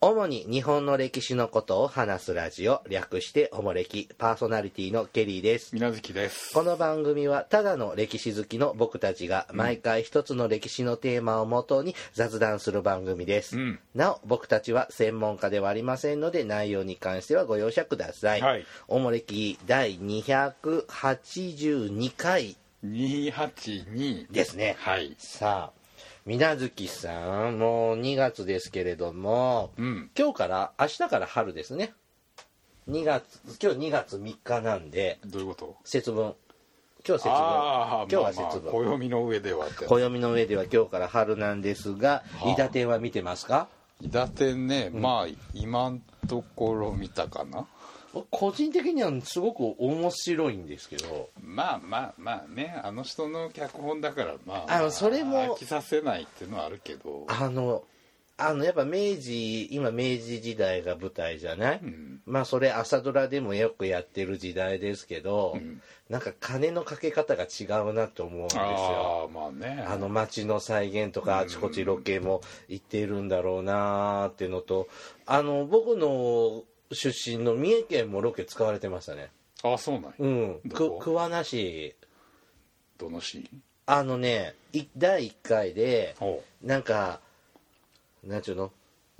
主に日本の歴史のことを話すラジオ、略しておもれき、パーソナリティのケリーです。水無月ですこの番組はただの歴史好きの僕たちが毎回一つの歴史のテーマをもとに雑談する番組です。うんなお、僕たちは専門家ではありませんので内容に関してはご容赦ください。はいおもれき第282回282ですね。はいさあ、みなずきさん、もう2月ですけれども、うん今日から、明日から春ですね。2月、今日2月3日なんで、どういうこと節分。今日節分。あ今日はあ節まあま分。あ暦の上ではって暦の上では今日から春なんですが、あ伊達天は見てますか伊達ね、まあ今んところ見たかな個人的にはすごく面白いんですけど、まあまあまあねあの人の脚本だからまあ、あのそれも飽きさせないっていうのはあるけどあの、あの、やっぱ明治、今明治時代が舞台じゃない、んまあそれ朝ドラでもよくやってる時代ですけど、んなんか金のかけ方が違うなと思うんですよ。ああまあねあの街の再現とかあちこちロケも行ってるんだろうなーっていうのと、あの、僕の出身の三重県もロケ使われてましたね。ああそうなんやうん。どくこ桑名市、どのシーンあのね、い第1回で、おなんか、なんちゅうの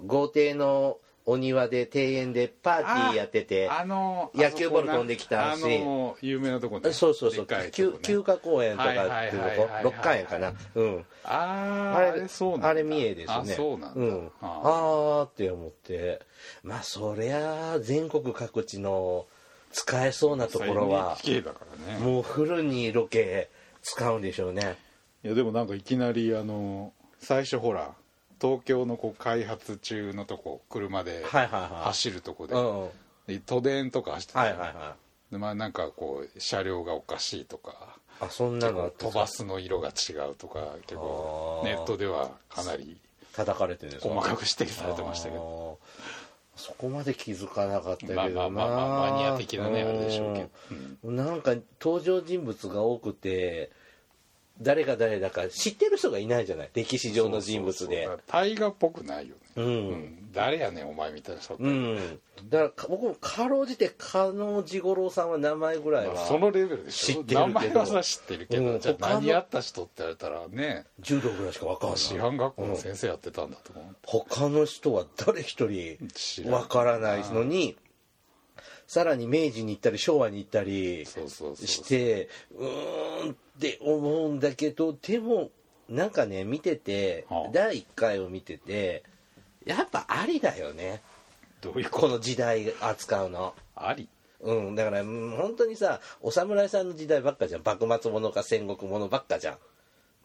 豪邸のお庭で庭園でパーティーやってて、あの野球ボール飛んできたしあの有名なとこねそうそうそう、でかいと休こね休暇公園とかってはいはいいうはいはいはいとこ、6回園かな。うん。ああああれれそうなんだあれ三重ですね。あそうなんだ、ん、ああーって思って、まあそりゃ、全国各地の使えそうなところは、 NHK だからねもうフルにロケ使うんでしょうね。いやでもなんかいきなりあの最初ほら東京のこう開発中のとこ車ではいはいはい走るとこで,、うん。はいで都電とか走ってたはよいねはでまあなんかこう車両がおかしいとかい。あ、そんなのあったんで飛すかばすの色が違うとか結構あーネットではかなり叩かれてるんですか細かく指摘されてましたけどどそこまで気づかなかったけどなまあまあまあまあマニア的なねあれでしょうけどうんなんか登場人物が多くて誰が誰だか知ってる人がいないじゃない歴史上の人物でそうそうそう大河っぽくないよね、うんうん誰やねんお前みたいな人って、うんだからか僕もかろうじて加納治五郎さんは名前ぐらいまあはそのレベルでし知ょってるけど名前はさ知ってるけど、うんじゃ他あの何やった人って言われたらね柔道ぐらいしか分かんない師範学校の先生やってたんだと思他の人は誰一人知らん分からないのにさらに明治に行ったり昭和に行ったりそうそうそうしてうーんって思うんだけどでもなんかね見ててはあ第1回を見ててやっぱありだよねうどういうこことの時代扱うの。ありうん、だからうん本当にさお侍さんの時代ばっかじゃん幕末ものか戦国ものばっかじゃん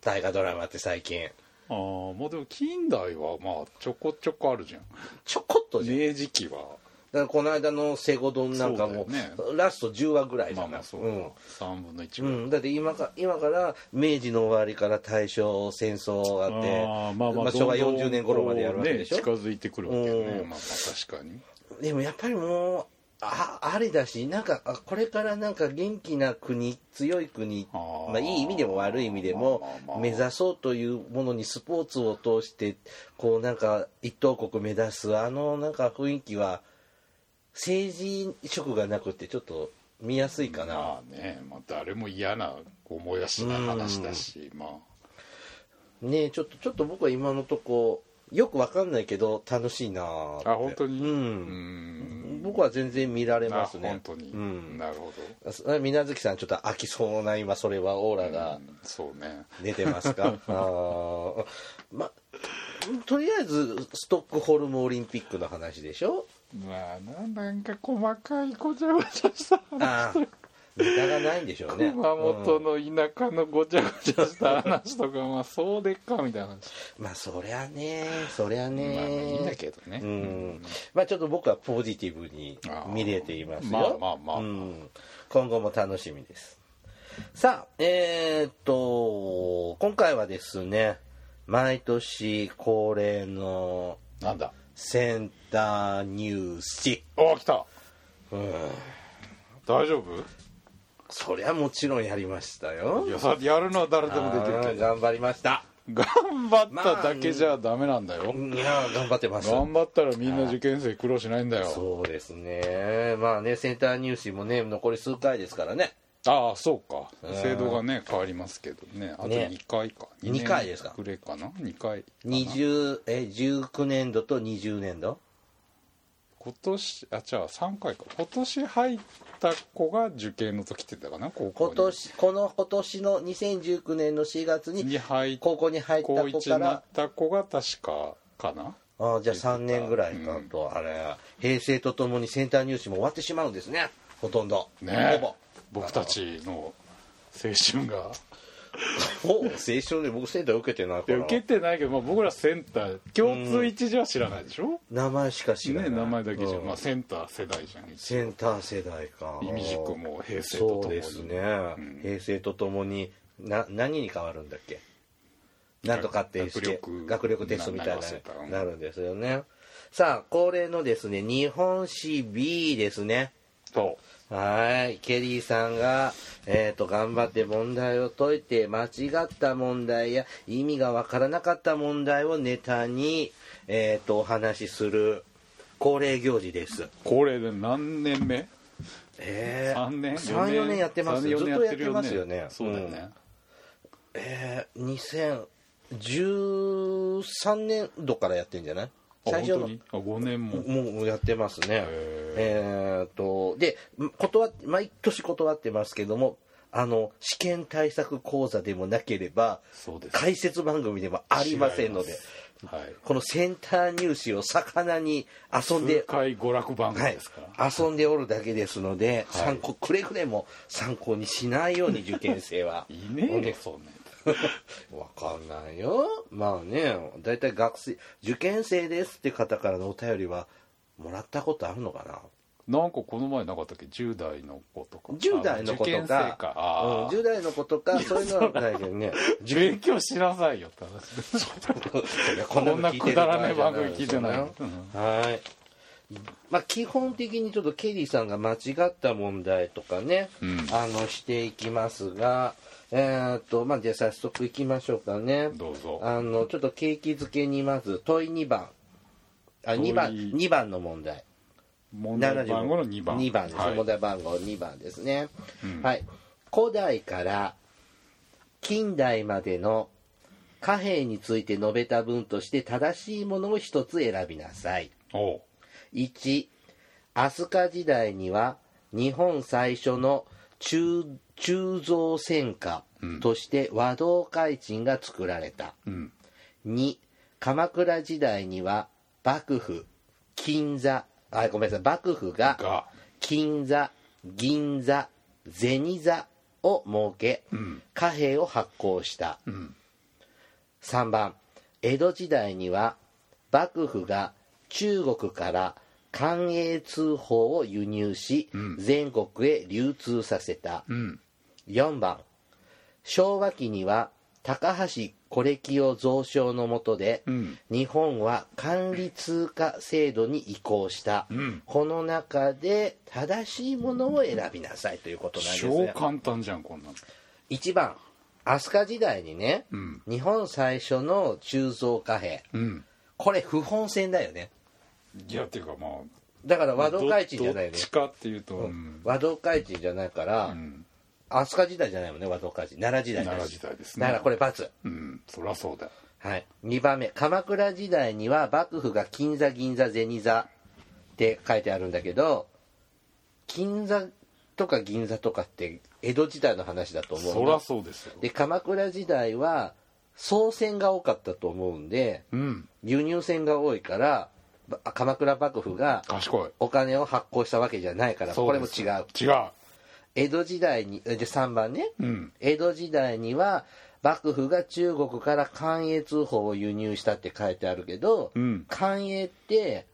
大河ドラマって最近ああまあでも近代はまあちょこちょこあるじゃんちょこっとじゃん明治期はだからこの間のセゴドンなんかも、そうだよねラスト10話ぐらいじまゃあまないあそううか、ん3分の1うぐらい、ん、だって今か今から明治の終わりから大正戦争あってーまあまあ昭和どんどん40年頃までやるわけでしょ、ね、近づいてくるわけよね、うんまあまあ確かにでもやっぱりもうあありだしなんかあこれからなんか元気な国強い国あーまあ、いい意味でも悪い意味でまあまもあまあ目指そうというものにスポーツを通してこうなんか一等国目指すあのなんか雰囲気は政治色がなくてちょっと見やすいかな、まあね、まあ、誰も嫌な思いやしない話だし、まあねえちょっとちょっと僕は今のとこよくわかんないけど楽しいなあってあ本当にう、うんん僕は全然見られますねあ本当に、うん、なるほあ水無月さんちょっと飽きそうな今それはオーラど、がうんそうね出てますか、 あーまとりあえずストックホルムオリンピックの話でしょまあななんか細かいごちゃごちゃしたああネタがないんでしょうね熊本の田舎のごちゃごちゃした話とか、まあそうでっかみたいな話、まあそりゃねそりゃねまあいいんだけどね、うんまあちょっと僕はポジティブに見れていますよあーまあまあまあうん今後も楽しみですさあえーっと今回はですね毎年恒例のなんだセンターニュースお来た、大丈夫そりゃもちろんやりましたよいやさやるのは誰でもできるけどあー頑張りました頑張っただけじゃダメなんだいよ、やー頑張ってます頑張ったらみんな受験生苦労しないんだよそうですねまあねセンター入試もね残り数回ですからねああそうかうん制度がね変わりますけどねあとね2回か、二二回ですかくれかな2回かな20え19年度と20年度今年あじゃあ3回か今年入った子が受験の時って言ったかな高校に今年この今年の2019年の4月にに入っ高校に入った高子1かになっらた子が確かかなああじゃあ3年ぐらいかと、あれ平成とともにセンター入試も終わってしまうんですねほとんどほね ぼ僕たちの青春がほぼ青春で僕センター受けてないいかやら受けてないけど、まあ、僕らセンター共通一時は知らないでしょ、名前しか知らなねい、名前だけじゃ、うんまあ、センター世代じゃん意センター世代か味軸も平成とともにそうですね、ん平成とともにな何に変わるんだっけなんとかっていう試験学力学力テストみたいな習わせたうなんなるんですよねさあ恒例のですね日本史 B ですねそはいケリーさんが、えー、と頑張って問題を解いて間違った問題や意味がわからなかった問題をネタに、えー、とお話しする恒例行事ですうこれで何年目えー、 3年三四年やってます3 4ずっ年とやってますよねそうだよね、うんえー、2013年度からやってんじゃないあ最本初当のにあ5年ももうやってますねえー、とで断っ毎年断ってますけどもあの試験対策講座でもなければそうです解説番組でもありませんのではいこのセンター入試を魚に遊んで数回娯楽番組はいですから、、遊んでおるだけですので、はい参考くれぐれも参考にしないように受験生は い、ねえよそんなや わかんないよまあね大体学生受験生ですって方からのお便りはもらったことあるのかなつなんかこの前なかったっけ10代の子とか10代の子あと受験生かかあうん、ー10代の子とかそういうのはないけ どね勉強しなさいよって話 ここんなくだらねえ番組聞いてないよはいまあ、基本的にちょっとケリーさんが間違った問題とかね、うんあのしていきますが、えーっとまあ、じゃあ早速いきましょうかねどうぞあのちょっと景気づけにまず問い2番あ問い2番2番の問題問題番号の2番2番です、はい問題番号2番ですね、んはい古代から近代までの貨幣について述べた文として正しいものを一つ選びなさいおう1飛鳥時代には日本最初の鋳鋳造戦火として和道開珎が作られた、うん2鎌倉時代には幕府金座あごめんなさい幕府がが金座銀座銭座を設け、貨幣を発行した、ん3番江戸時代には幕府が中国から官営通報を輸入し、全国へ流通させた、うん4番昭和期には高橋是清蔵相の下で、ん日本は管理通貨制度に移行した、んこの中で正しいものを選びなさいということなんです超ね簡単じゃんこんなの1番飛鳥時代にね、うん日本最初の鋳造貨幣うんこれ不本線だよねいやっていうかまあだから和道開珎じゃないどねっちかっていうと、ううんん和道開珎じゃないから、うん飛鳥時代じゃないもんね和道開珎奈良時代だし奈良時代ですねだからこれ×うんそりゃそうだはい、2番目鎌倉時代には幕府が金座銀座銭座って書いてあるんだけど金座とか銀座とかって江戸時代の話だと思そうりゃのそうですよで鎌倉時代は宋銭が多かったと思うんでうん輸入銭が多いからば鎌倉幕府が賢いお金を発行したわけじゃないからこれも違う違う江戸時代にで3番ね、うん江戸時代には幕府が中国から官営通報を輸入したって書いてあるけど、うん官営って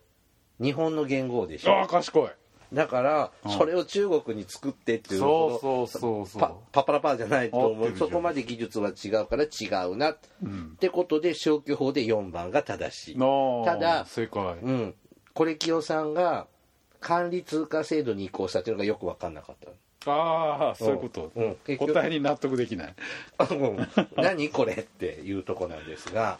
日本の元号でしあょあ賢いだからうんそれを中国に作ってっていうそうこそうそうのそうパパパラパーじゃないと思合うってるじゃそんこまで技術は違うから違うな、ってことで消去法で4番が正しい、のただ正解うん、これ清さんが管理通貨制度に移行したっていうのがよく分かんなかったああそういうこと、うん結局答えに納得できない うん何これっていうとこなんですが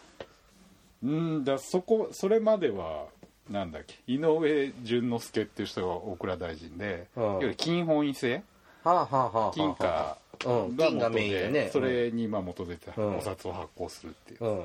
うんだそこそれまではなんだっけ井上淳之介っていう人が大蔵大臣で、うんいわゆる金本位制はあはあはあはあ金貨うんが金元がメインで、でねそれにまあ元でうんお札を発行するっていう、うん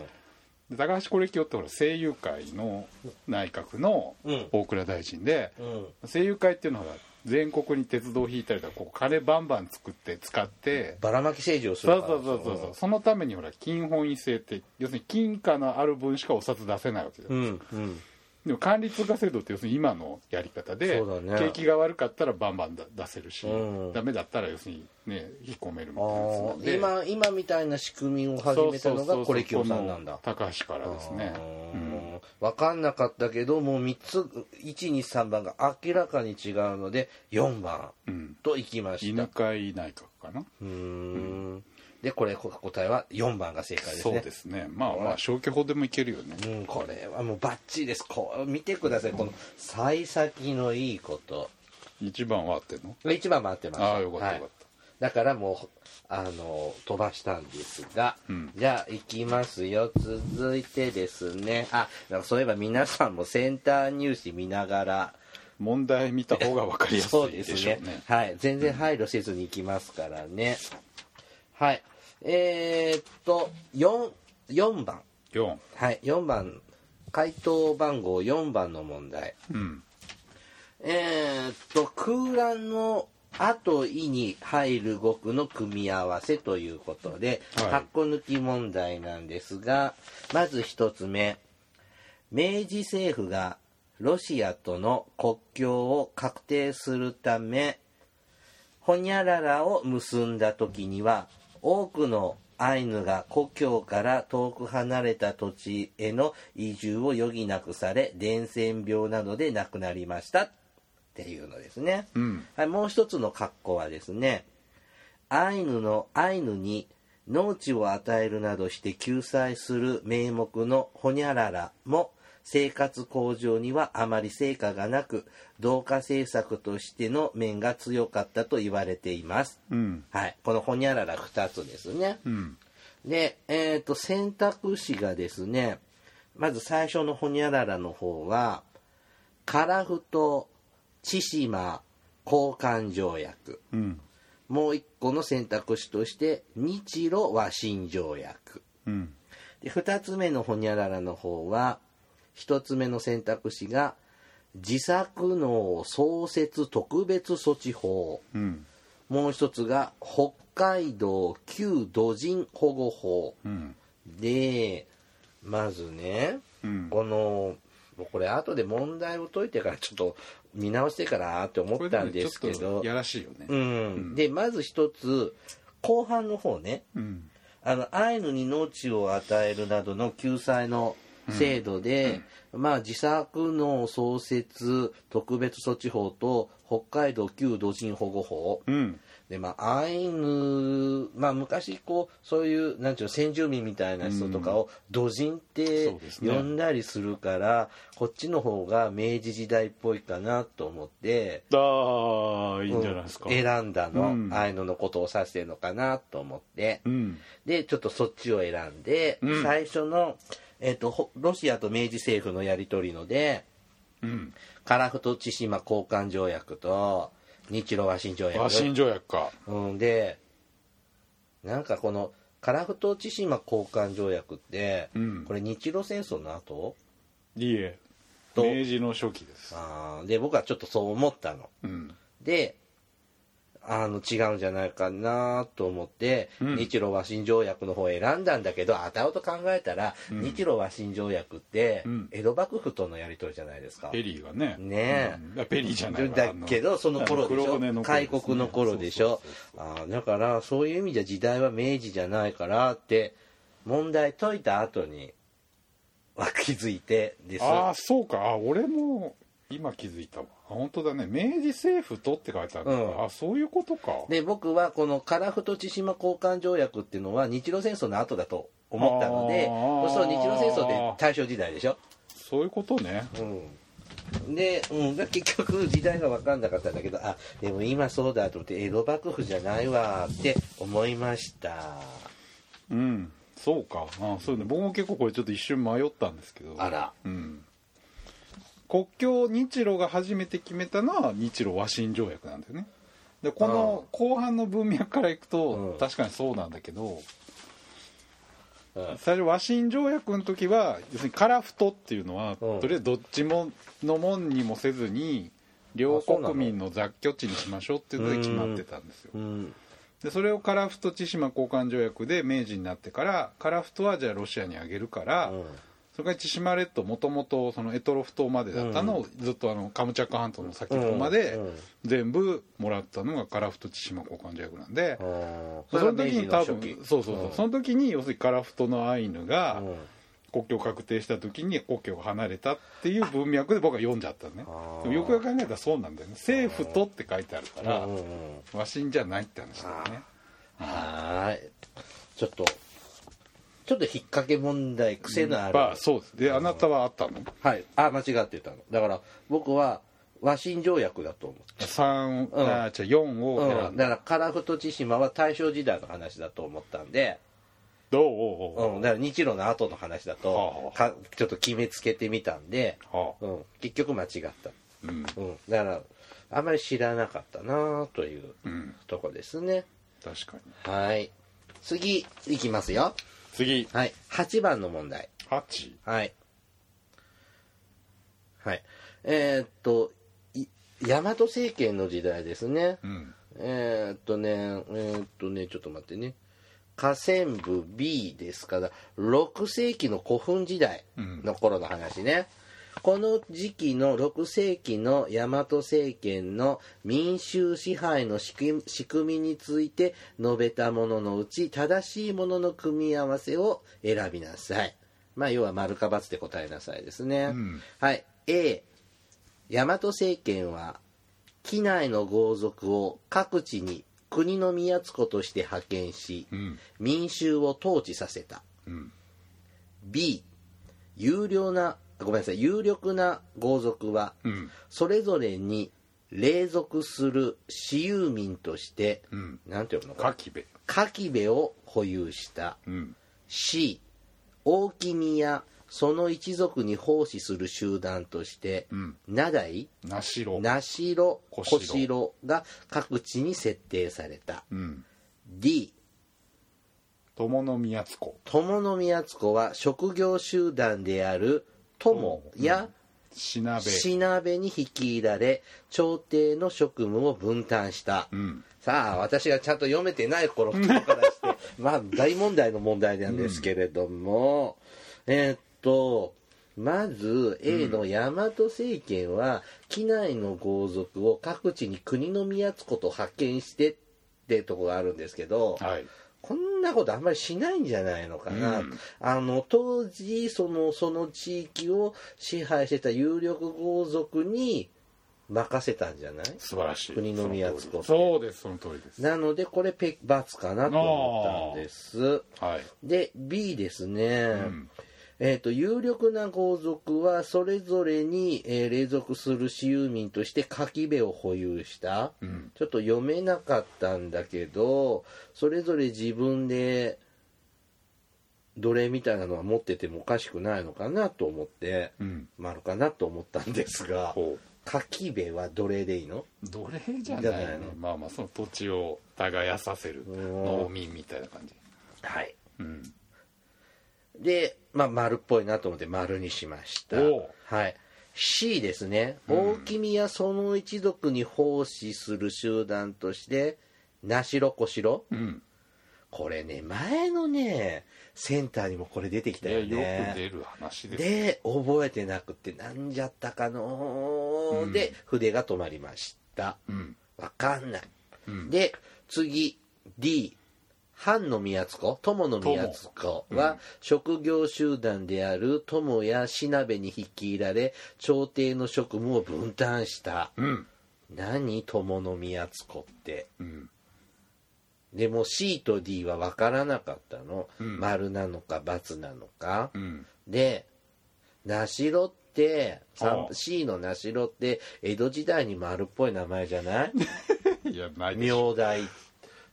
で高橋是清ってほら声優界の内閣のうん大蔵大臣で、うん声優界っていうのは全国に鉄道を引いたりとかこう金バンバン作って使って、ばらまき政治をすそうるからそうそうそうそうそのためにほら金本位制って要するに金貨のある分しかお札出せないわけじゃんうんうんでも管理通貨制度って要するに今のやり方で、そうだね景気が悪かったらバンバンだ出せるし、うんダメだったら要するにね引っ込めるみあたいなやつなーんで今今みたいな仕組みを始めたのがこれ清さんなんだそうそうそうこの高橋からですねあー分かんなかったけどもう3つ123番が明らかに違うので4番うん、うん、といきました犬飼内閣かなうーんでこれこ答えは4番が正解ですそうねですねまあまあ消去法でもいけるよね、うん、これはもうバッチリですこう見てくださいこの幸先のいいこと一番は合ってんの1番待ってますああよかったはいよかった、だからもうあの飛ばしたんですが、うんじゃあ行きますよ続いてですねあなんかそういえば皆さんもセンター入試見ながら問題見た方が分かりやすそういでですしょうねねはい全然配慮せずに行きますからね、はいえー、っと 4, 4番4はい4番回答番号4番の問題うんえーっと空欄の「あ」と「い」に入る語句の組み合わせということで、はい箱抜き問題なんですがまず一つ目明治政府がロシアとの国境を確定するためほにゃららを結んだ時には多くのアイヌが故郷から遠く離れた土地への移住を余儀なくされ伝染病などで亡くなりましたっていうのですね、うんはい、もう一つの括弧はですねアイヌのアイヌに農地を与えるなどして救済する名目のホニャララも生活向上にはあまり成果がなく同化政策としての面が強かったと言われています。うんはい、このホニャララ2つですね。うんで、えっと選択肢がですねまず最初のホニャララの方は「樺太千島交換条約」うんもう一個の選択肢として日露和親条約うんで二つ目のホニャララの方は一つ目の選択肢が自作農創設特別措置法うんもう一つが北海道旧土人保護法うんでまずね、うんこのもうこれ後で問題を解いてからちょっと見直してからなって思ったんですけこれもねちょっどとやらしいよねうんでまず一つ後半の方ねうんあのアイヌに農地を与えるなどの救済の制度で、まあ、自作農創設特別措置法と北海道旧土人保護法うんでまあアイヌ、まあ、昔こうそういうなんていうの先住民みたいな人とかを土人ってそうですね呼んだりするから、こっちの方が明治時代っぽいかなと思って。ああいいんじゃないですか、うん選んだの、うんアイヌのことを指してるのかなと思って、うんでちょっとそっちを選んで、うん最初の、えっとほロシアと明治政府のやり取りのでうん樺太千島交換条約と日露和親条約和親条約かうん、でなんかこの樺太千島交換条約って、うんこれ日露戦争の後いいえと明治の初期ですあーで僕はちょっとそう思ったのうんであの違うんじゃないかなと思って、うん日露和親条約の方を選んだんだけど後々考えたら、日露和親条約って、うん江戸幕府とのやり取りじゃないですか。ペリーがねねえうんあペリーじゃないわだけどその頃でしょ開国の頃でしょあーだからそういう意味じゃ時代は明治じゃないからって問題解いた後には気づいてですああーそうかあ俺も今気づいたわあ本当だね明治政府とって書いてあるから、うんあそういうことかで僕はこの樺太千島交換条約っていうのは日露戦争の後だと思ったのであーそうすると日露戦争って大正時代でしょ、そういうことねうん、で、うん、だ結局時代が分かんなかったんだけどあでも今そうだと思って江戸幕府じゃないわって思いましたうんそうかあそうね僕も結構これちょっと一瞬迷ったんですけどあらうん国境を日露が初めて決めたのは日露和親条約なんだよねでこの後半の文脈からいくとうん確かにそうなんだけど、うん最初和親条約の時は要するに樺太っていうのは、うんとりあえずどっちものもんにもせずに両国民の雑居地にしましょうっていうので決まってたんですようんでそれを樺太千島交換条約で明治になってから樺太はじゃあロシアにあげるから、それから千島列島もともとその択捉島までだったのをずっとあのカムチャッカ半島の先っぽまでうんうん全部もらったのが樺太千島交換条約なんで、うんその時に多分そうそうそう、そのの時に要するに樺太のアイヌがうん国境を確定した時に国境を離れたっていう文脈で僕は読んじゃったのねあーでもよくよく考えたらそうなんだよね政府とって書いてあるかうんらうんうん和親じゃないって話だよねはーいちょっとちょっと引っ掛け問題癖のある、まあそうですであなたはあったのはいあ間違ってたのだから僕は和親条約だと思う3、うんあー違う4を選んだ、うん、だから樺太千島は大正時代の話だと思ったんで、どうおうおううん、だから日露の後の話だとはかちょっと決めつけてみたんで、はあうん、結局間違った、うんうん、だからあまり知らなかったなといううんとこですね確かにはい次いきますよ次はい8番の問題8はいはいえーっとい大和政権の時代ですね、うんえーっとね、えーっとね、ちょっと待ってね。河川部 B ですから、6世紀の古墳時代の頃の話ね。この時期の6世紀の大和政権の民衆支配の仕組仕組みについて述べたもののうち、正しいものの組み合わせを選びなさい。まあ、要は丸か×で答えなさいですね。うんはい。A、大和政権は畿内の豪族を各地に国の都として派遣しうん民衆を統治させたうん B 有料なごめんなさい有力な豪族はうんそれぞれに隷属する私有民として、うんなんていうのかきべ柿部を保有したうん C 大君やその一族に奉仕する集団として、うん名代なしろ名代小小城城が各地に設定されたうん D 友の宮津子友の宮津子は職業集団である友やしなべしなべに率いられ朝廷の職務を分担した、うんさあ私がちゃんと読めてない頃からしてまあ大問題の問題なんですけれども、えーっとまず A の大和政権は畿内の豪族を各地に国の都と派遣してってとこがあるんですけど、はいこんなことあんまりしないんじゃないのかな、うんあの当時そのその地域を支配してた有力豪族に任せたんじゃない素晴らしい国の宮津子その通りそうですその通りですなのでこれペ×かなと思ったんですはいで B ですね、んえー、と有力な豪族はそれぞれに、えー、隷属する私有民として柿部を保有した、うんちょっと読めなかったんだけどそれぞれ自分で奴隷みたいなのは持っててもおかしくないのかなと思ってうん丸かなと思ったんですがほう柿部は奴隷でいいの奴隷じゃじゃなないいねのまあまあその土地を耕させるうん農民みたいな感じはいうんで、まあ、丸っぽいなと思って丸にしましたおう。はい。C ですね。うん大君やその一族に奉仕する集団として、なしろこしろ。うんこれね、前のね、センターにもこれ出てきいたやよよくね。出る話ですで、覚えてなくって、なんじゃったかのーうんで、筆が止まりました。うんわかんない。うんで、次、D。藩の宮津子、友の宮津子は、職業集団である友やしなべに率いられ、朝廷の職務を分担した。うん何友の宮津子って。うんでも C と D は分からなかったの。うん丸なのか×なのか。うんで、なしろっって三ああ C の名城って江戸時代に丸っぽい名前じゃない いやないでしょ明大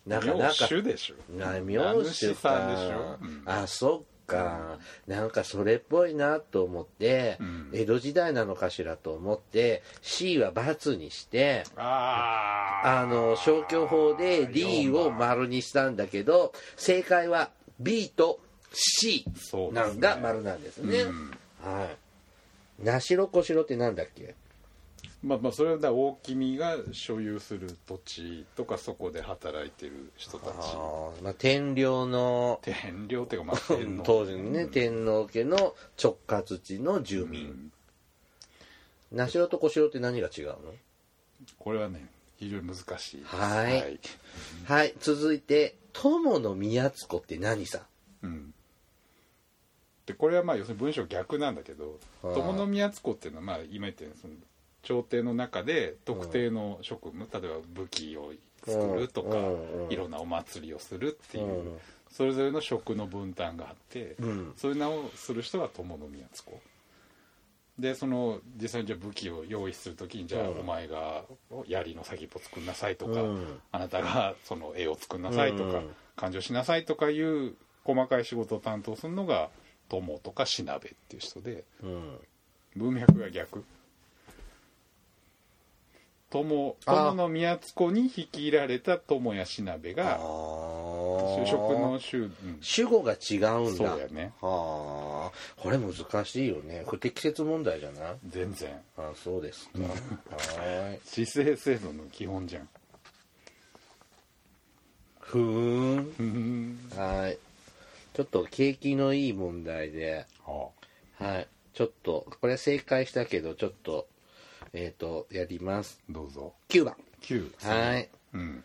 なかな名か手でしょな名名字主さんでしょか、うんあそっかなんかそれっぽいなと思って、うん江戸時代なのかしらと思って C は×にしてあーあの消去法で D を丸にしたんだけど正解は B と C そうでなすねんが丸なんですねうんはいなしろこしろってなんだっけまあまあそれはだから大君が所有する土地とかそこで働いてる人たあちー、まあ、天領の天領っていうかまあ天皇 当時のね天皇家の直轄地の住う民、んなしろとこしろって何が違うのこれはね非常に難しいですはいはい続いて友の宮津子って何さうんでこれはまあ要するに文章逆なんだけどはい友宮津子っていうのはまあ今言ったようにその朝廷の中で特定の職務例えば武器を作るとかうんうんいろんなお祭りをするっていううんそれぞれの職の分担があってうんそういう名をする人は友宮津子でその実際にじゃあ武器を用意する時にじゃあうんお前が槍の先っぽ作んなさいとかうんあなたがその絵を作んなさいとか、うん勘定しなさいとかいう細かい仕事を担当するのが友とかしなべっていう人でうん文脈が逆友あ友の宮津子に率いられた友やしなべあがー就職の州、うん主語が違うんだそうやねはあこれ難しいよね不適切問題じゃない全然あそうですかはい市政制度の基本じゃんふーんふんはいちょっと景気のいい問題でははいちょっとこれ正解したけどちょっとえっ、とやりますあどうぞ9番9はいうん、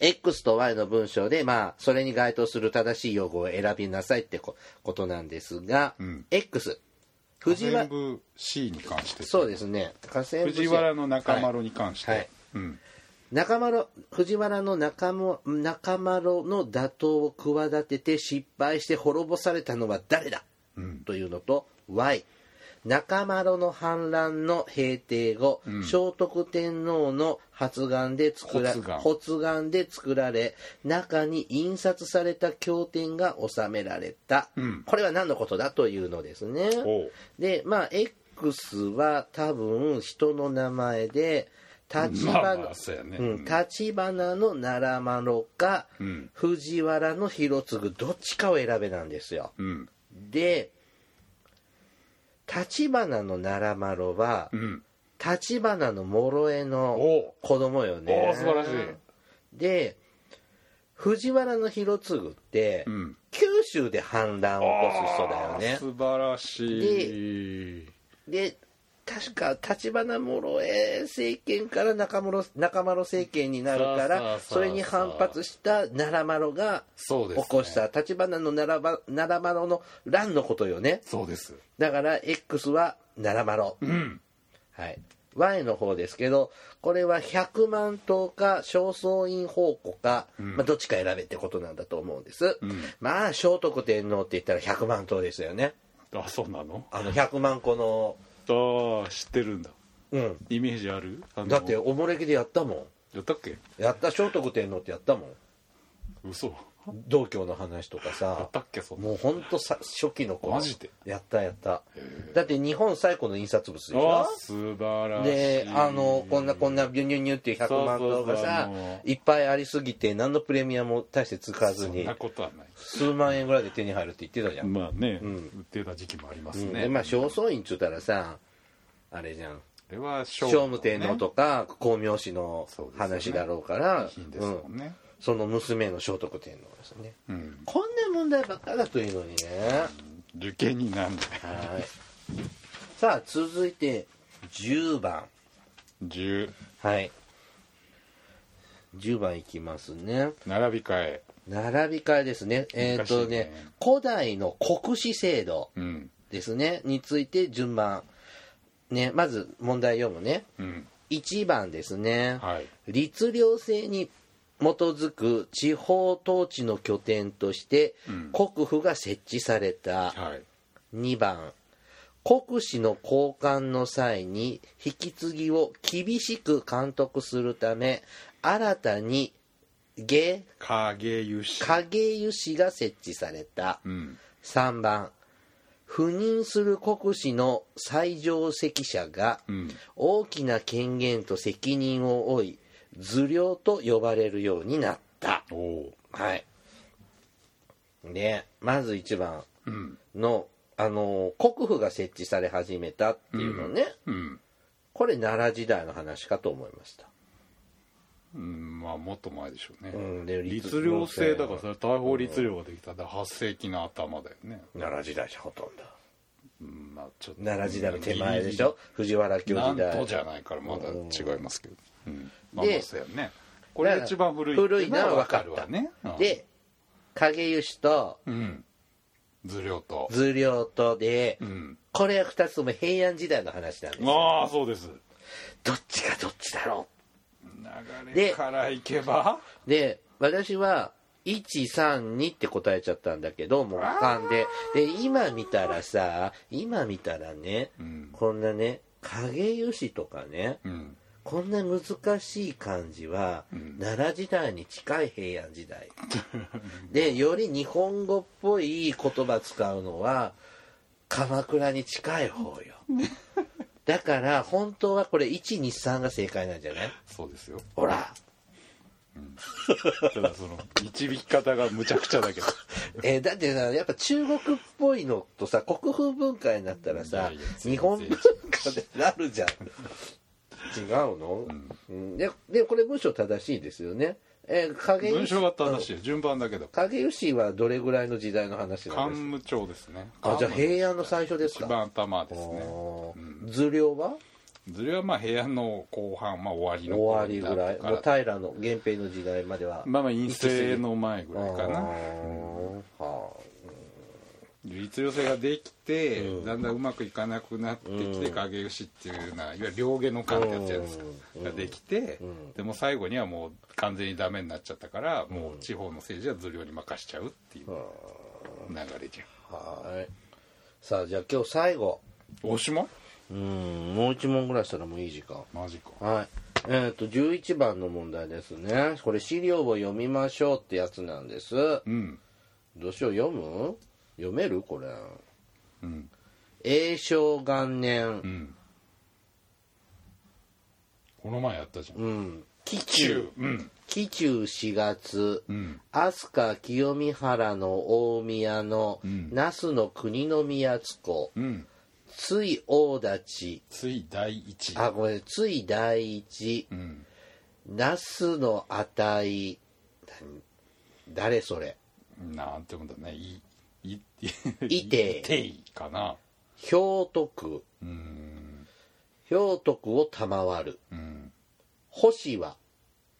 X と Y の文章で、まあ、それに該当する正しい用語を選びなさいってこことなんですが、うん X、藤藤原原、部 C に関してそうですね、河川節藤原の中丸に関して、はいはいうん中丸藤原の中も中丸の打倒を企てて失敗して滅ぼされたのは誰だ、うんというのと Y 中丸の反乱の平定後、うん聖徳天皇の発願で作ら発願発願で作られ中に印刷された経典が収められた、うんこれは何のことだというのですね。おうでまあ X は多分人の名前で立まあ花、まあそうやね、うん、立花の奈良間のか、うん藤原の広次どっちかを選べなんですようんで立花の奈良間のはうん立花の諸江のお子供よおねー素晴らしいで藤原の広次って、うん九州で反乱を起こす人だよあーね素晴らしいで確か立花諸江政権から中室中丸政権になるかさあさらあさあそれに反発した奈良丸がそう起ですねこした立花の奈良ば奈良丸の乱のことよねそうですだから X は奈良丸、うんはい、Y の方ですけどこれは100万頭か正倉院宝庫か、まあ、どっちか選べってことなんだと思うんです、んまあ聖徳天皇って言ったら100万頭ですよねあそうなのあの100万個のああ知ってるんだうんイメージあるあのだっておもれきでやったもんやったっけやった聖徳天皇ってやったもん嘘道教の話とかやさったっけそんなもうほんとさ初期の頃マジでやったやっただって日本最古の印刷物でしあょー素晴らしいであのこんなこんなビュニュニュっていう100万そうそ頭うがそうさもういっぱいありすぎて何のプレミアも大してつかずそんになことはない数万円ぐらいで手に入るって言ってたじゃん、まあね、うん売ってた時期もありますうんね、でまあ正倉院っつったらさあれじゃんこれは聖聖武天皇とか光明氏の話だろうから品でうすんもんね、その娘の聖徳天皇ですねうん、こんな問題ばっかだといいのにね受験になんないはいさあ続いて10番10はい10番いきますね並び替え並び替えですねえっ、とね難しいね古代の国史制度うんですねについて順番ねまず問題読むねうん1番ですね、はい律令制に基づく地方統治の拠点としてうん国府が設置された、はい2番国司の交換の際に引き継ぎを厳しく監督するため新たに下影ゆし影湯氏が設置された、うん3番赴任する国司の最上席者がうん大きな権限と責任を負い図領と呼ばれるようになったおおはいねまず1番うんの、あの国府が設置され始めたっていうのね、うん、これ奈良時代の話かと思いましたうん、まあもっと前でしょうね、うんで律令制だからそれ大法律令ができたんだ8世紀の頭だよね、奈良時代じゃほとんどうんまあ、ちょっと奈良時代の手前でしょ藤原京な時ん代とじゃないからまだ違いますけど、うん、まあでまあそうやねこれが一番古い古いなならら分分かかるるわわねね、、で影由とうん、うん、図領と図領とで、うんこれは2つとも平安時代の話なんですよああそうですどっちがどっちだろ流でれからいけばうで私は132って答えちゃったんだけどもう勘でで今見たらさ今見たらね、うんこんなね影由詞とかねうんこんな難しい漢字は、奈良時代に近い平安時 代でより日本語っぽい言葉使うのは鎌倉に近い方 よだから本当はこれ123が正解なんじゃないそうですよほらただその導き方がむちゃくちゃだけどえーだってさやっぱ中国っぽいのとさ国風文化になったらさいやいや全然日本文化でなる じゃん違うの、うん、ででこれ文章正しいですよねえー影文由章が正しい順番だけど影吉はどれぐらいの時代の話なん漢です武朝ですねかあじゃあ平安の最初です一か番頭ですねおー図領は図領はまあ平安の後半まあ終わりの終わり頃ぐらになっいてかもう平の源平の時代まではまあまあ陰性の前ぐあらいかなーは律令制ができて、だんだんうまくいかなくなってきて影牛っていうのはいわゆる両毛の感ってやつじゃないですか、ができて、でも最後にはもう完全にダメになっちゃったから、もう地方の政治は図領に任しちゃうっていう流れじゃんあはいさあじゃあ今日最後おしまいうんもう一問ぐらいしたらもういい時間マジかはいえっ、と11番の問題ですねこれ資料を読みましょうってやつなんですうんどうしよう読む読めるこれうん永正元年うんこの前やったじゃんうん紀中中うん紀中4月うん飛鳥清見原の大宮のん那須の国の宮津湖うんつい大立ちつい第一あごめんつい第一うん那須の値何誰それなんてもんだねいいいいていていかな氷徳うん氷徳を賜るうん星は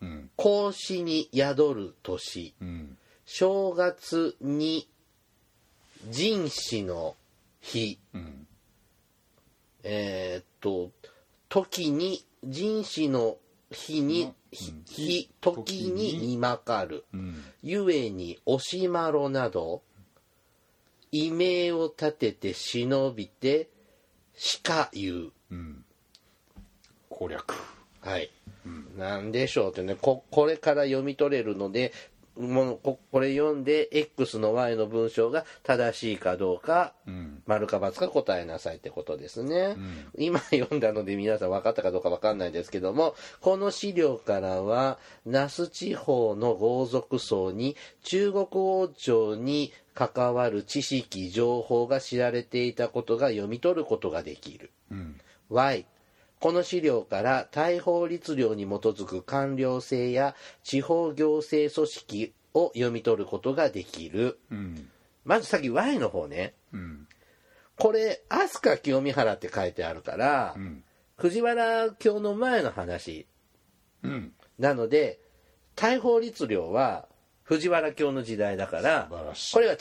うん孔子に宿る年うん正月に人死の日うんえーっと時に人死の日に日うん日時ににまかるうんゆえにおしまろなど異名を立てて忍びてしか言ううん攻略はい、なんでしょうってねここれから読み取れるのでもうここれ読んで X の Y の文章が正しいかどうか、うん丸か×か答えなさいってことですね、今読んだので皆さん分かったかどうか分かんないですけどもこの資料からは那須地方の豪族層に中国王朝に関わる知識情報が知られていたことが読み取ることができるうん Y この資料から大法律令に基づく官僚制や地方行政組織を読み取ることができるうんまずさっき Y の方ねうんこれ飛鳥清見原って書いてあるから、うん藤原京の前の話うんなので大法律令は藤原京の時代だから素晴らしいこれは違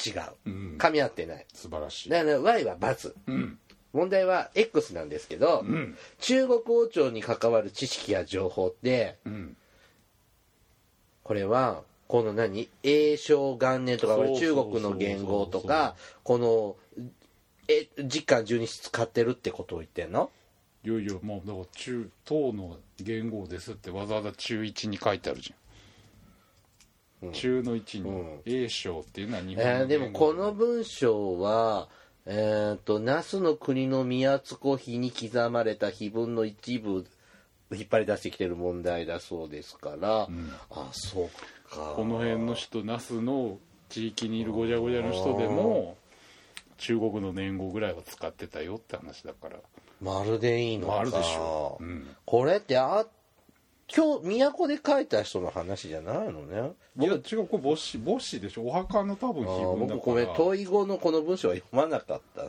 う、うん噛み合ってない素晴らしいだから Y は×うん問題は X なんですけど、ん中国王朝に関わる知識や情報ってうんこれはこの何永正元年とかこれそうそ中うそうそう国の元号とかこのえ時間12日使ってるってことを言ってんのいやいやもうだから中等の元号ですってわざわざ中1に書いてあるじゃうん、ん中の1うにん A 賞っていうのは日本のえーでも元こ号の文章は「えー、と那須の国の宮津湖碑に刻まれた碑文の一部」引っ張り出してきてる問題だそうですから、んあそうかこの辺の人那須の地域にいるごちゃごちゃの人でも中国の年号ぐらいは使ってたよって話だから丸でいいのか、まああるでしょう、うん、これってあ今日都で書いた人の話じゃないのねいや違うこれ母子母子でしょお墓の多分あ碑ー文だ僕ごめんから問い語のこの文章は読まなかった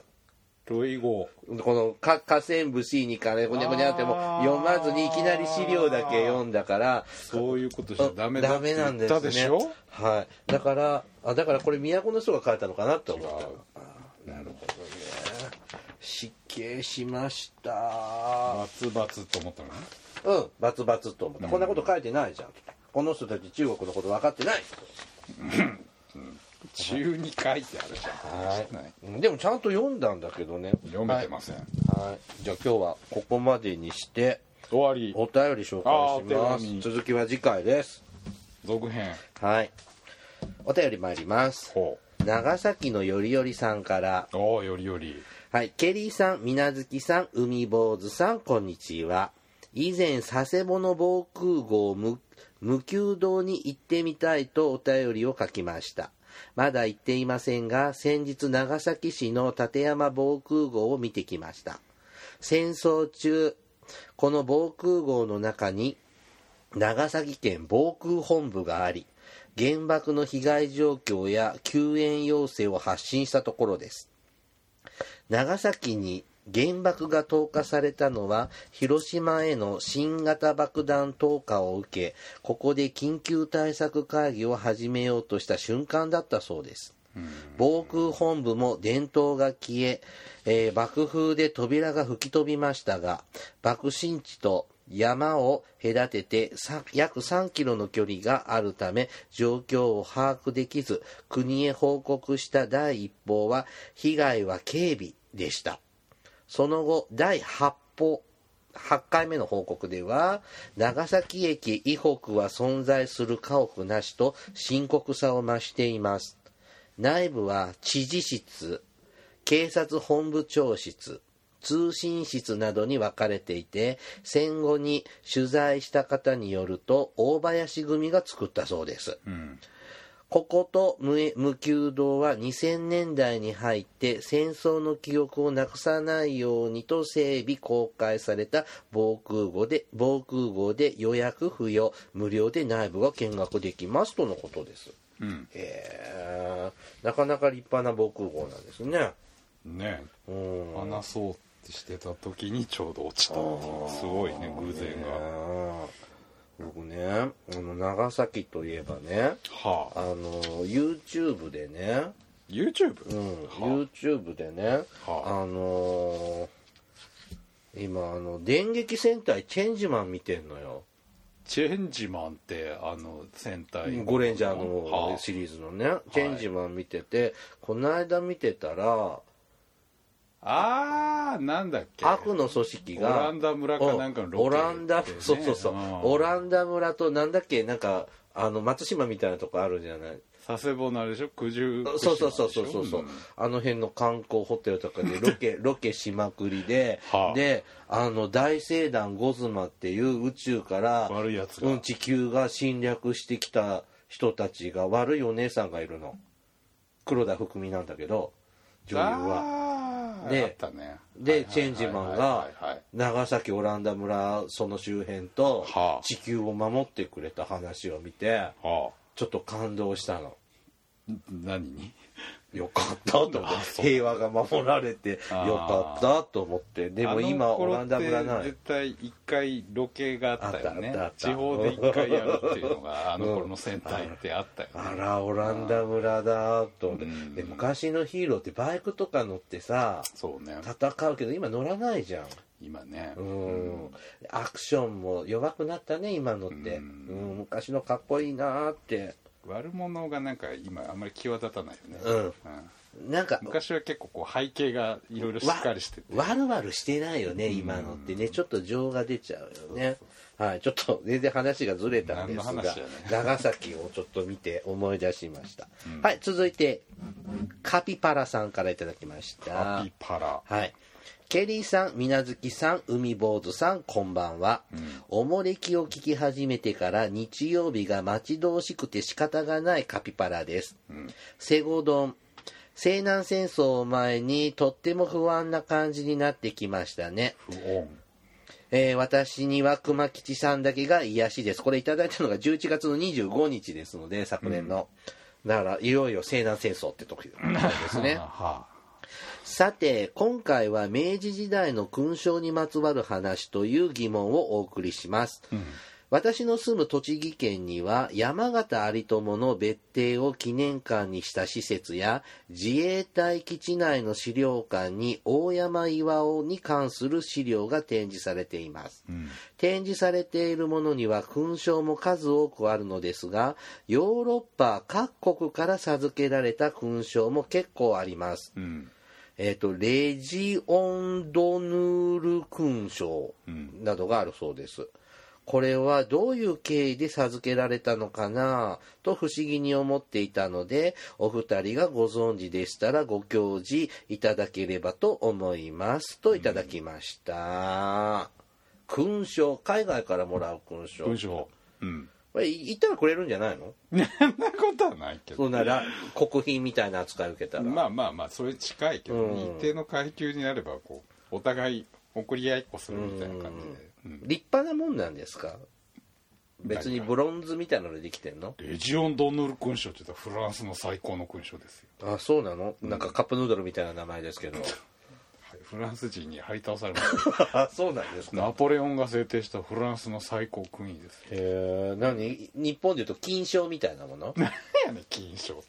ロイ語このか河川部 C にかねほにゃほにゃってもあー読まずにいきなり資料だけ読んだからそういうことしちゃダメだダっメてなんで言っすねたでしょはいだからあだからこれ都の人が書いたのかなって思った違うなるほどね失敬しましたバツバツと思ったのねうんバツバツと思った、こんなこと書いてないじゃんこの人たち中国のこと分かってない中に書いてあるじはいゃん、はい、うんでもちゃんと読んだんだけどね読めてません、はいじゃあ今日はここまでにして終わりお便り紹介しあーまお手す紙続きは次回です続編はいお便り参りますほ長崎のよりよりさんからうおーよりよりはいケリーさん水無月さん海坊主さんこんにちは以前佐世保の防空壕無無給堂に行ってみたいとお便りを書きましたまだ行っていませんが先日長崎市の立山防空壕を見てきました戦争中この防空壕の中に長崎県防空本部があり原爆の被害状況や救援要請を発信したところです長崎に原爆が投下されたのは広島への新型爆弾投下を受けここで緊急対策会議を始めようとした瞬間だったそうです防空本部も伝統が消ええー爆風で扉が吹き飛びましたが爆心地と山を隔ててさ約3キロの距離があるため状況を把握できず国へ報告した第一報は被害は軽微でしたその後第8報8回目の報告では長崎駅以北は存在する家屋なしと深刻さを増しています内部は知事室警察本部長室通信室などに分かれていて戦後に取材した方によると大林組が作ったそうですうんここと無無給堂は2000年代に入って戦争の記憶をなくさないようにと整備公開された防空壕で防空壕で予約不要無料で内部が見学できますとのことですうんへえなかなか立派な防空壕なんですねねうん話そうってしてた時にちょうど落ちたっていうすごいね偶然があー僕ねあの長崎といえばねはああの YouTube でね YouTube? うん、は YouTube でね、はあのー今あの電撃戦隊チェンジマン見てんのよチェンジマンってあの戦隊ゴレンジャーはのあシリーズのね、チェンジマン見ててこの間見てたらあーなんだっけ悪の組織がオランダ村かなんかのロケオランダですそねうそうそううんオランダ村となんだっけなんかあの松島みたいなとこあるじゃない佐世保のあれでしょ九十九そう島でしそょうそうそうそうそう、んあの辺の観光ホテルとか でロケロケしまくりで、はあであの大聖団ゴズマっていう宇宙から悪いやつがうん、地球が侵略してきた人たちが悪いお姉さんがいるの黒田福美なんだけど女優は。あーであったねで、はいはいはいはいチェンジマンがはいはい長崎オランダ村その周辺とはあ地球を守ってくれた話を見てはあちょっと感動したの何によかったと思っあてそ う平和が守られてよあーかったと思ってでもあ今のオ頃ランダ村なってい絶対一回ロケがあったよねあったあったあった地方で一回やるっていうのがあの頃の戦隊ってあったよねあらオランダ村だと思ってうんで昔のヒーローってバイクとか乗ってさそうね戦うけど今乗らないじゃん今ねうんアクションも弱くなったね今のってうん昔のかっこいいなーって悪者がなんか今あんまり際立たないよね、うんなんか昔は結構こう背景がいろいろしっかりしててわわるわるしてないよね今のってねちょっと情が出ちゃうよねはいちょっと全然話がずれたんですが、何の話やね長崎をちょっと見て思い出しました、はい続いてカピパラさんからいただきましたハピパラはい。ケリーさん、みなずきさん、海坊主さん、こんばんは。おもれきを聞き始めてから日曜日が待ち遠しくて仕方がないカピパラです。セゴドン。西南戦争を前にとっても不安な感じになってきましたね。不穏えー私には熊吉さんだけが癒しです。これいただいたのが11月の25日ですので、昨年の。だから、いよいよ西南戦争って時です ね。はさて今回は明治時代の勲章にまつわる話という疑問をお送りします、私の住む栃木県には山形有朋の別邸を記念館にした施設や自衛隊基地内の資料館に大山岩尾に関する資料が展示されています、展示されているものには勲章も数多くあるのですがヨーロッパ各国から授けられた勲章も結構ありますあうんえー、とレジオンドヌール勲章などがあるそうです、これはどういう経緯で授けられたのかなと不思議に思っていたのでお二人がご存知でしたらご教示いただければと思いますといただきました、勲章海外からもらう勲章文章 うんこれ行ったらくれるんじゃないのそんなことはないけどそんなら国賓みたいな扱い受けたら、まあまあまあそれ近いけど、うん一定の階級になればこうお互い送り合いっこするみたいな感じで、うん立派なもんなんですか別にブロンズみたいなのでできてんのレジオン・ドヌール勲章って言ったらフランスの最高の勲章ですよ、あそうなのなんかカップヌードルみたいな名前ですけどはい、フランス人に張り倒されました あそうなんです ナポレオンが制定したフランスの最高勲位ですよへえ何日本でいうと金賞みたいなもの何やねん金賞って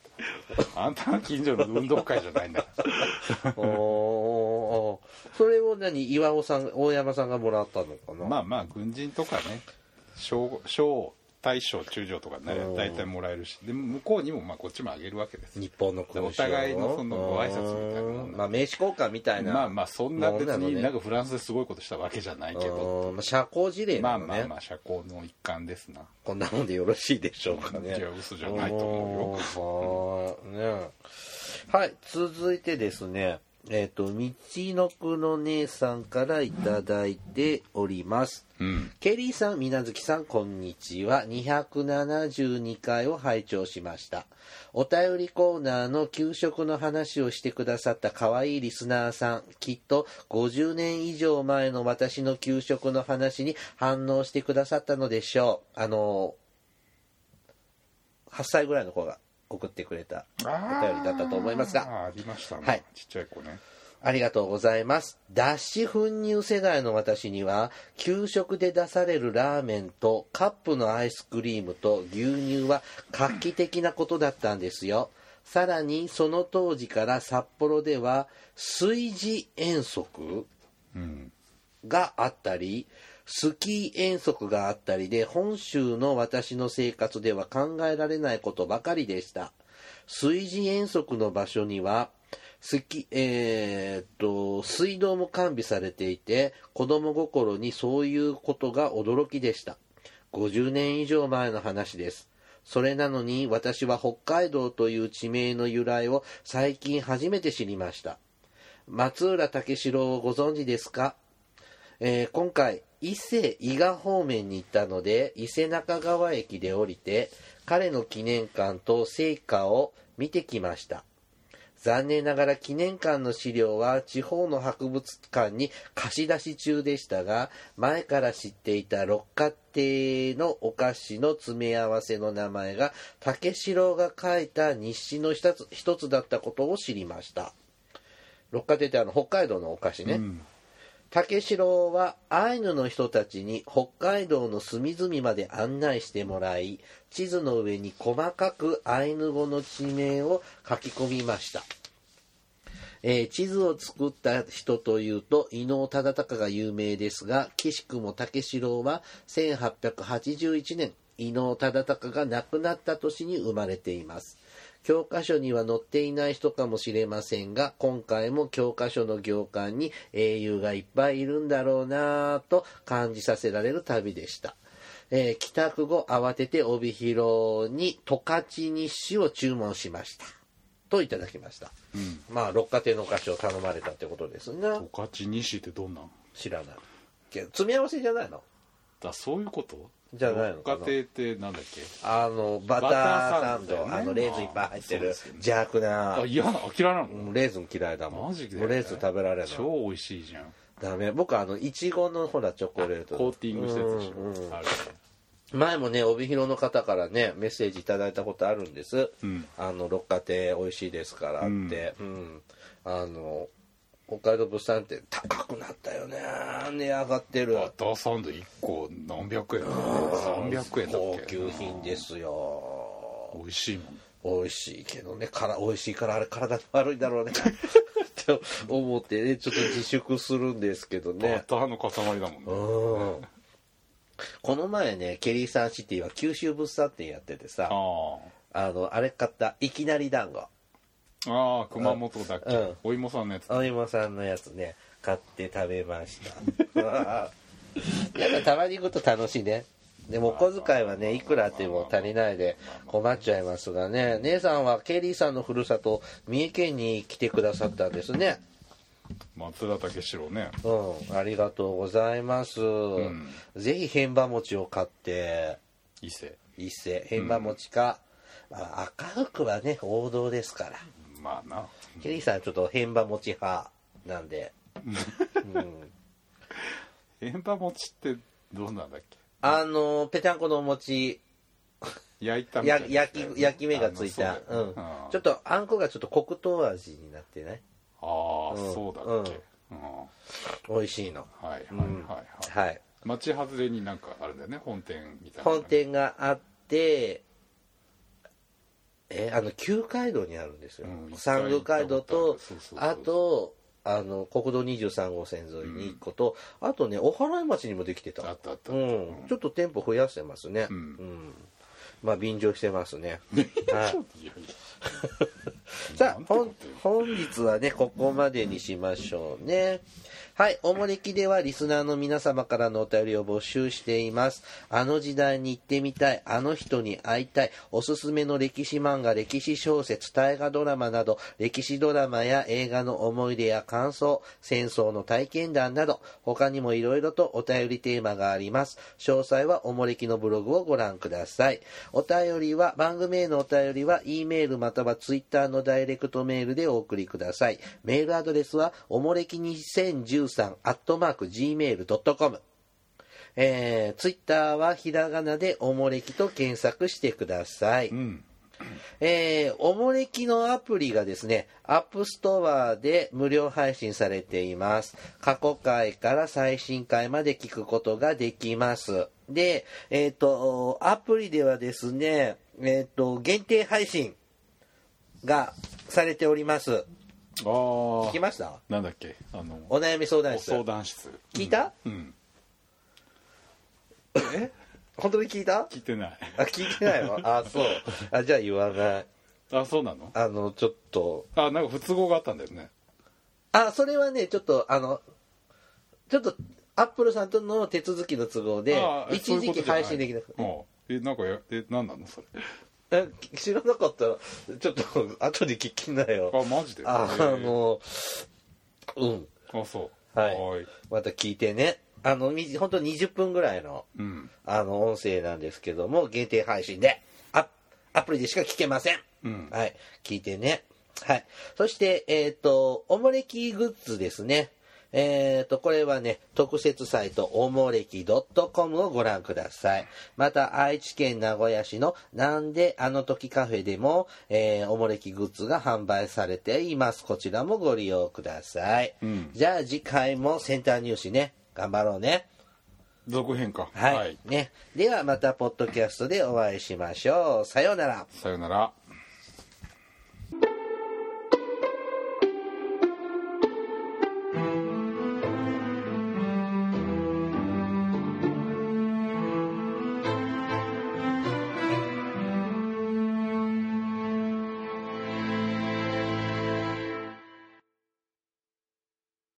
あんたの近所の運動会じゃないんだから おーおーそれを何岩尾さん大山さんがもらったのかな、まあまあ軍人とかね小小大将中将とかねうん大体もらえるしで向こうにもまあこっちもあげるわけですよ日本の勲章お互いのそのご挨拶みたいなもんなんうでんまあ名刺交換みたいなまあまあそんな別もののにねなんかフランスですごいことしたわけじゃないけど、うんまあ社交辞令まなあのね、まあまあ社交の一環ですなこんなもんでよろしいでしょうかね。いや嘘じゃないと思うよ。ねえはい、続いてですね、えっ、と、みちのくの姉さんからいただいております。うんケリーさん、みなずきさん、こんにちは。272回を拝聴しました。お便りコーナーの給食の話をしてくださった可愛いリスナーさん、きっと50年以上前の私の給食の話に反応してくださったのでしょう。あの、8歳ぐらいの子が送ってくれたお便りだったと思いますが。あーありましたね、はいちっちゃい子ねありがとうございます。脱脂粉乳世代の私には、給食で出されるラーメンとカップのアイスクリームと牛乳は画期的なことだったんですよ。さらにその当時から札幌では炊事遠足うんがあったりスキー遠足があったりで本州の私の生活では考えられないことばかりでした炊事遠足の場所にはスキえーっと水道も完備されていて子供心にそういうことが驚きでした50年以上前の話ですそれなのに私は北海道という地名の由来を最近初めて知りました松浦武四郎をご存知ですかえー今回伊勢伊賀方面に行ったので伊勢中川駅で降りて彼の記念館と聖火を見てきました残念ながら記念館の資料は地方の博物館に貸し出し中でしたが前から知っていた六花亭のお菓子の詰め合わせの名前が竹四郎が書いた日誌の一つ一つだったことを知りました六花亭ってあの北海道のお菓子ね、うん竹四郎はアイヌの人たちに北海道の隅々まで案内してもらい地図の上に細かくアイヌ語の地名を書き込みました、えー地図を作った人というと伊能忠敬が有名ですが岸くも竹四郎は1881年伊能忠敬が亡くなった年に生まれています教科書には載っていない人かもしれませんが今回も教科書の行間に英雄がいっぱいいるんだろうなぁと感じさせられる旅でしたえー帰宅後慌てて帯広に十勝日誌を注文しましたといただきました、まあ六花亭のお菓子を頼まれたってことですね十勝西ってどんなん知らないけど詰め合わせじゃないのだそういうことじゃないのかなご家庭ってなんだっけあのバタバターーササンンドドあのレーズンいっぱい入ってる、邪悪なあ嫌なあ嫌いなの、うんレーズン嫌いだもんマジでもうレーズン食べられない超美味しいじゃんダメ僕あのいちごのほらチョコレートコーティングしたやつでしょ、うんうんあれ前もね帯広の方からねメッセージいただいたことあるんです「うんあの六花亭美味しいですから」って、うんあの北海道物産展高くなったよね値上がってるバターサンド1個何百円だっけ300円だっ高け級品ですよ美味しいもん美味しいけどねから美味しいからあれ体に悪いだろうねと思ってねちょっと自粛するんですけどバねターの塊だもんうねんこの前ねケリーサンシティは九州物産展やっててさああの、あれ買った、いきなり団子。あああ熊本だっけ、うんお芋さんのやつお芋さんのやつね、買って食べました。 やっぱたまに行くと楽しいね。でもお小遣いはね、いくらあっても足りないで困っちゃいますがね。姉さんはケリーさんのふるさと、三重県に来てくださったんですね。松田武四郎ねうん、ありがとうございます。んぜひ、変馬餅を買って、伊勢一世、変馬餅か、まあ赤福はね、王道ですから。まあなケリーさんはちょっと変馬持ち派なんで、うん円盤餅ってどうなんだっけあのペタンコのお餅焼いたみたやいな焼き焼き目がついたあう、そうだよねんああちょっとあんこがちょっと黒糖味になってねああ、うんそうだっけ、う美ん味しいのはいはいはいはい、はい町外れになんかあるんだよね本店みたいな本店があってえあの旧街道にあるんですよ、うん三宮街道とそうそうそうあとあの国道23号線沿いに1個と、あとねおはらい町にもできてたあったあった、うん、ちょっと店舗増やしてますね。うんまあ、便乗してます ね。はいいやいやさあなん、てこと本本よ、日はね、ここまでにしましょうね。はい、おもれきではリスナーの皆様からのお便りを募集しています。あの時代に行ってみたい、あの人に会いたい、おすすめの歴史漫画、歴史小説、大河ドラマなど、歴史ドラマや映画の思い出や感想、戦争の体験談など、他にもいろいろとお便りテーマがあります。詳細はおもれきのブログをご覧ください。お便りは、番組へのお便りは、E メールまたは Twitter のダイレクトメールでお送りください。メールアドレスは、おもれき2013、アットマーク、gmail.com。えー、ツイッターはひらがなでおもれきと検索してください。うんえーおもれきのアプリがですね、アップストアで無料配信されています。過去回から最新回まで聞くことができます。で、えっ、と、アプリではですね、えっ、と、限定配信がされております。あ聞きましたあなんだっけあのお悩み相談お室相。談室聞いた、うん本当に聞いた聞いてないあ、聞いてないわ。あ、そう。あ、じゃあ言わない。あそうなのあの、ちょっと、あなんか不都合があったんだよねあ、それはね、ちょっと、あの、ちょっと、アップルさんとの手続きの都合であ、ーえそう一い時うこ期とじゃい配信できなくて。うんえなんかやえ何なのそれえ知らなかったら、ちょっと、後で聞きなよ。あマジであ、へあーの、うん。あそうはいいまた聞いてね。あの、みほんと20分ぐらいの、うんあの、音声なんですけども、限定配信で、アアプリでしか聞けません。うんはい。聞いてね。はい。そして、えっ、と、おもれきグッズですね。えっ、と、これはね、特設サイト、おもれき .com をご覧ください。また、愛知県名古屋市のなんであの時カフェでも、えーおもれきグッズが販売されています。こちらもご利用ください。うんじゃあ、次回もセンター入試ね、頑張ろうね。続編かはい。ね。ではまたポッドキャストでお会いしましょう。さようなら。さよなら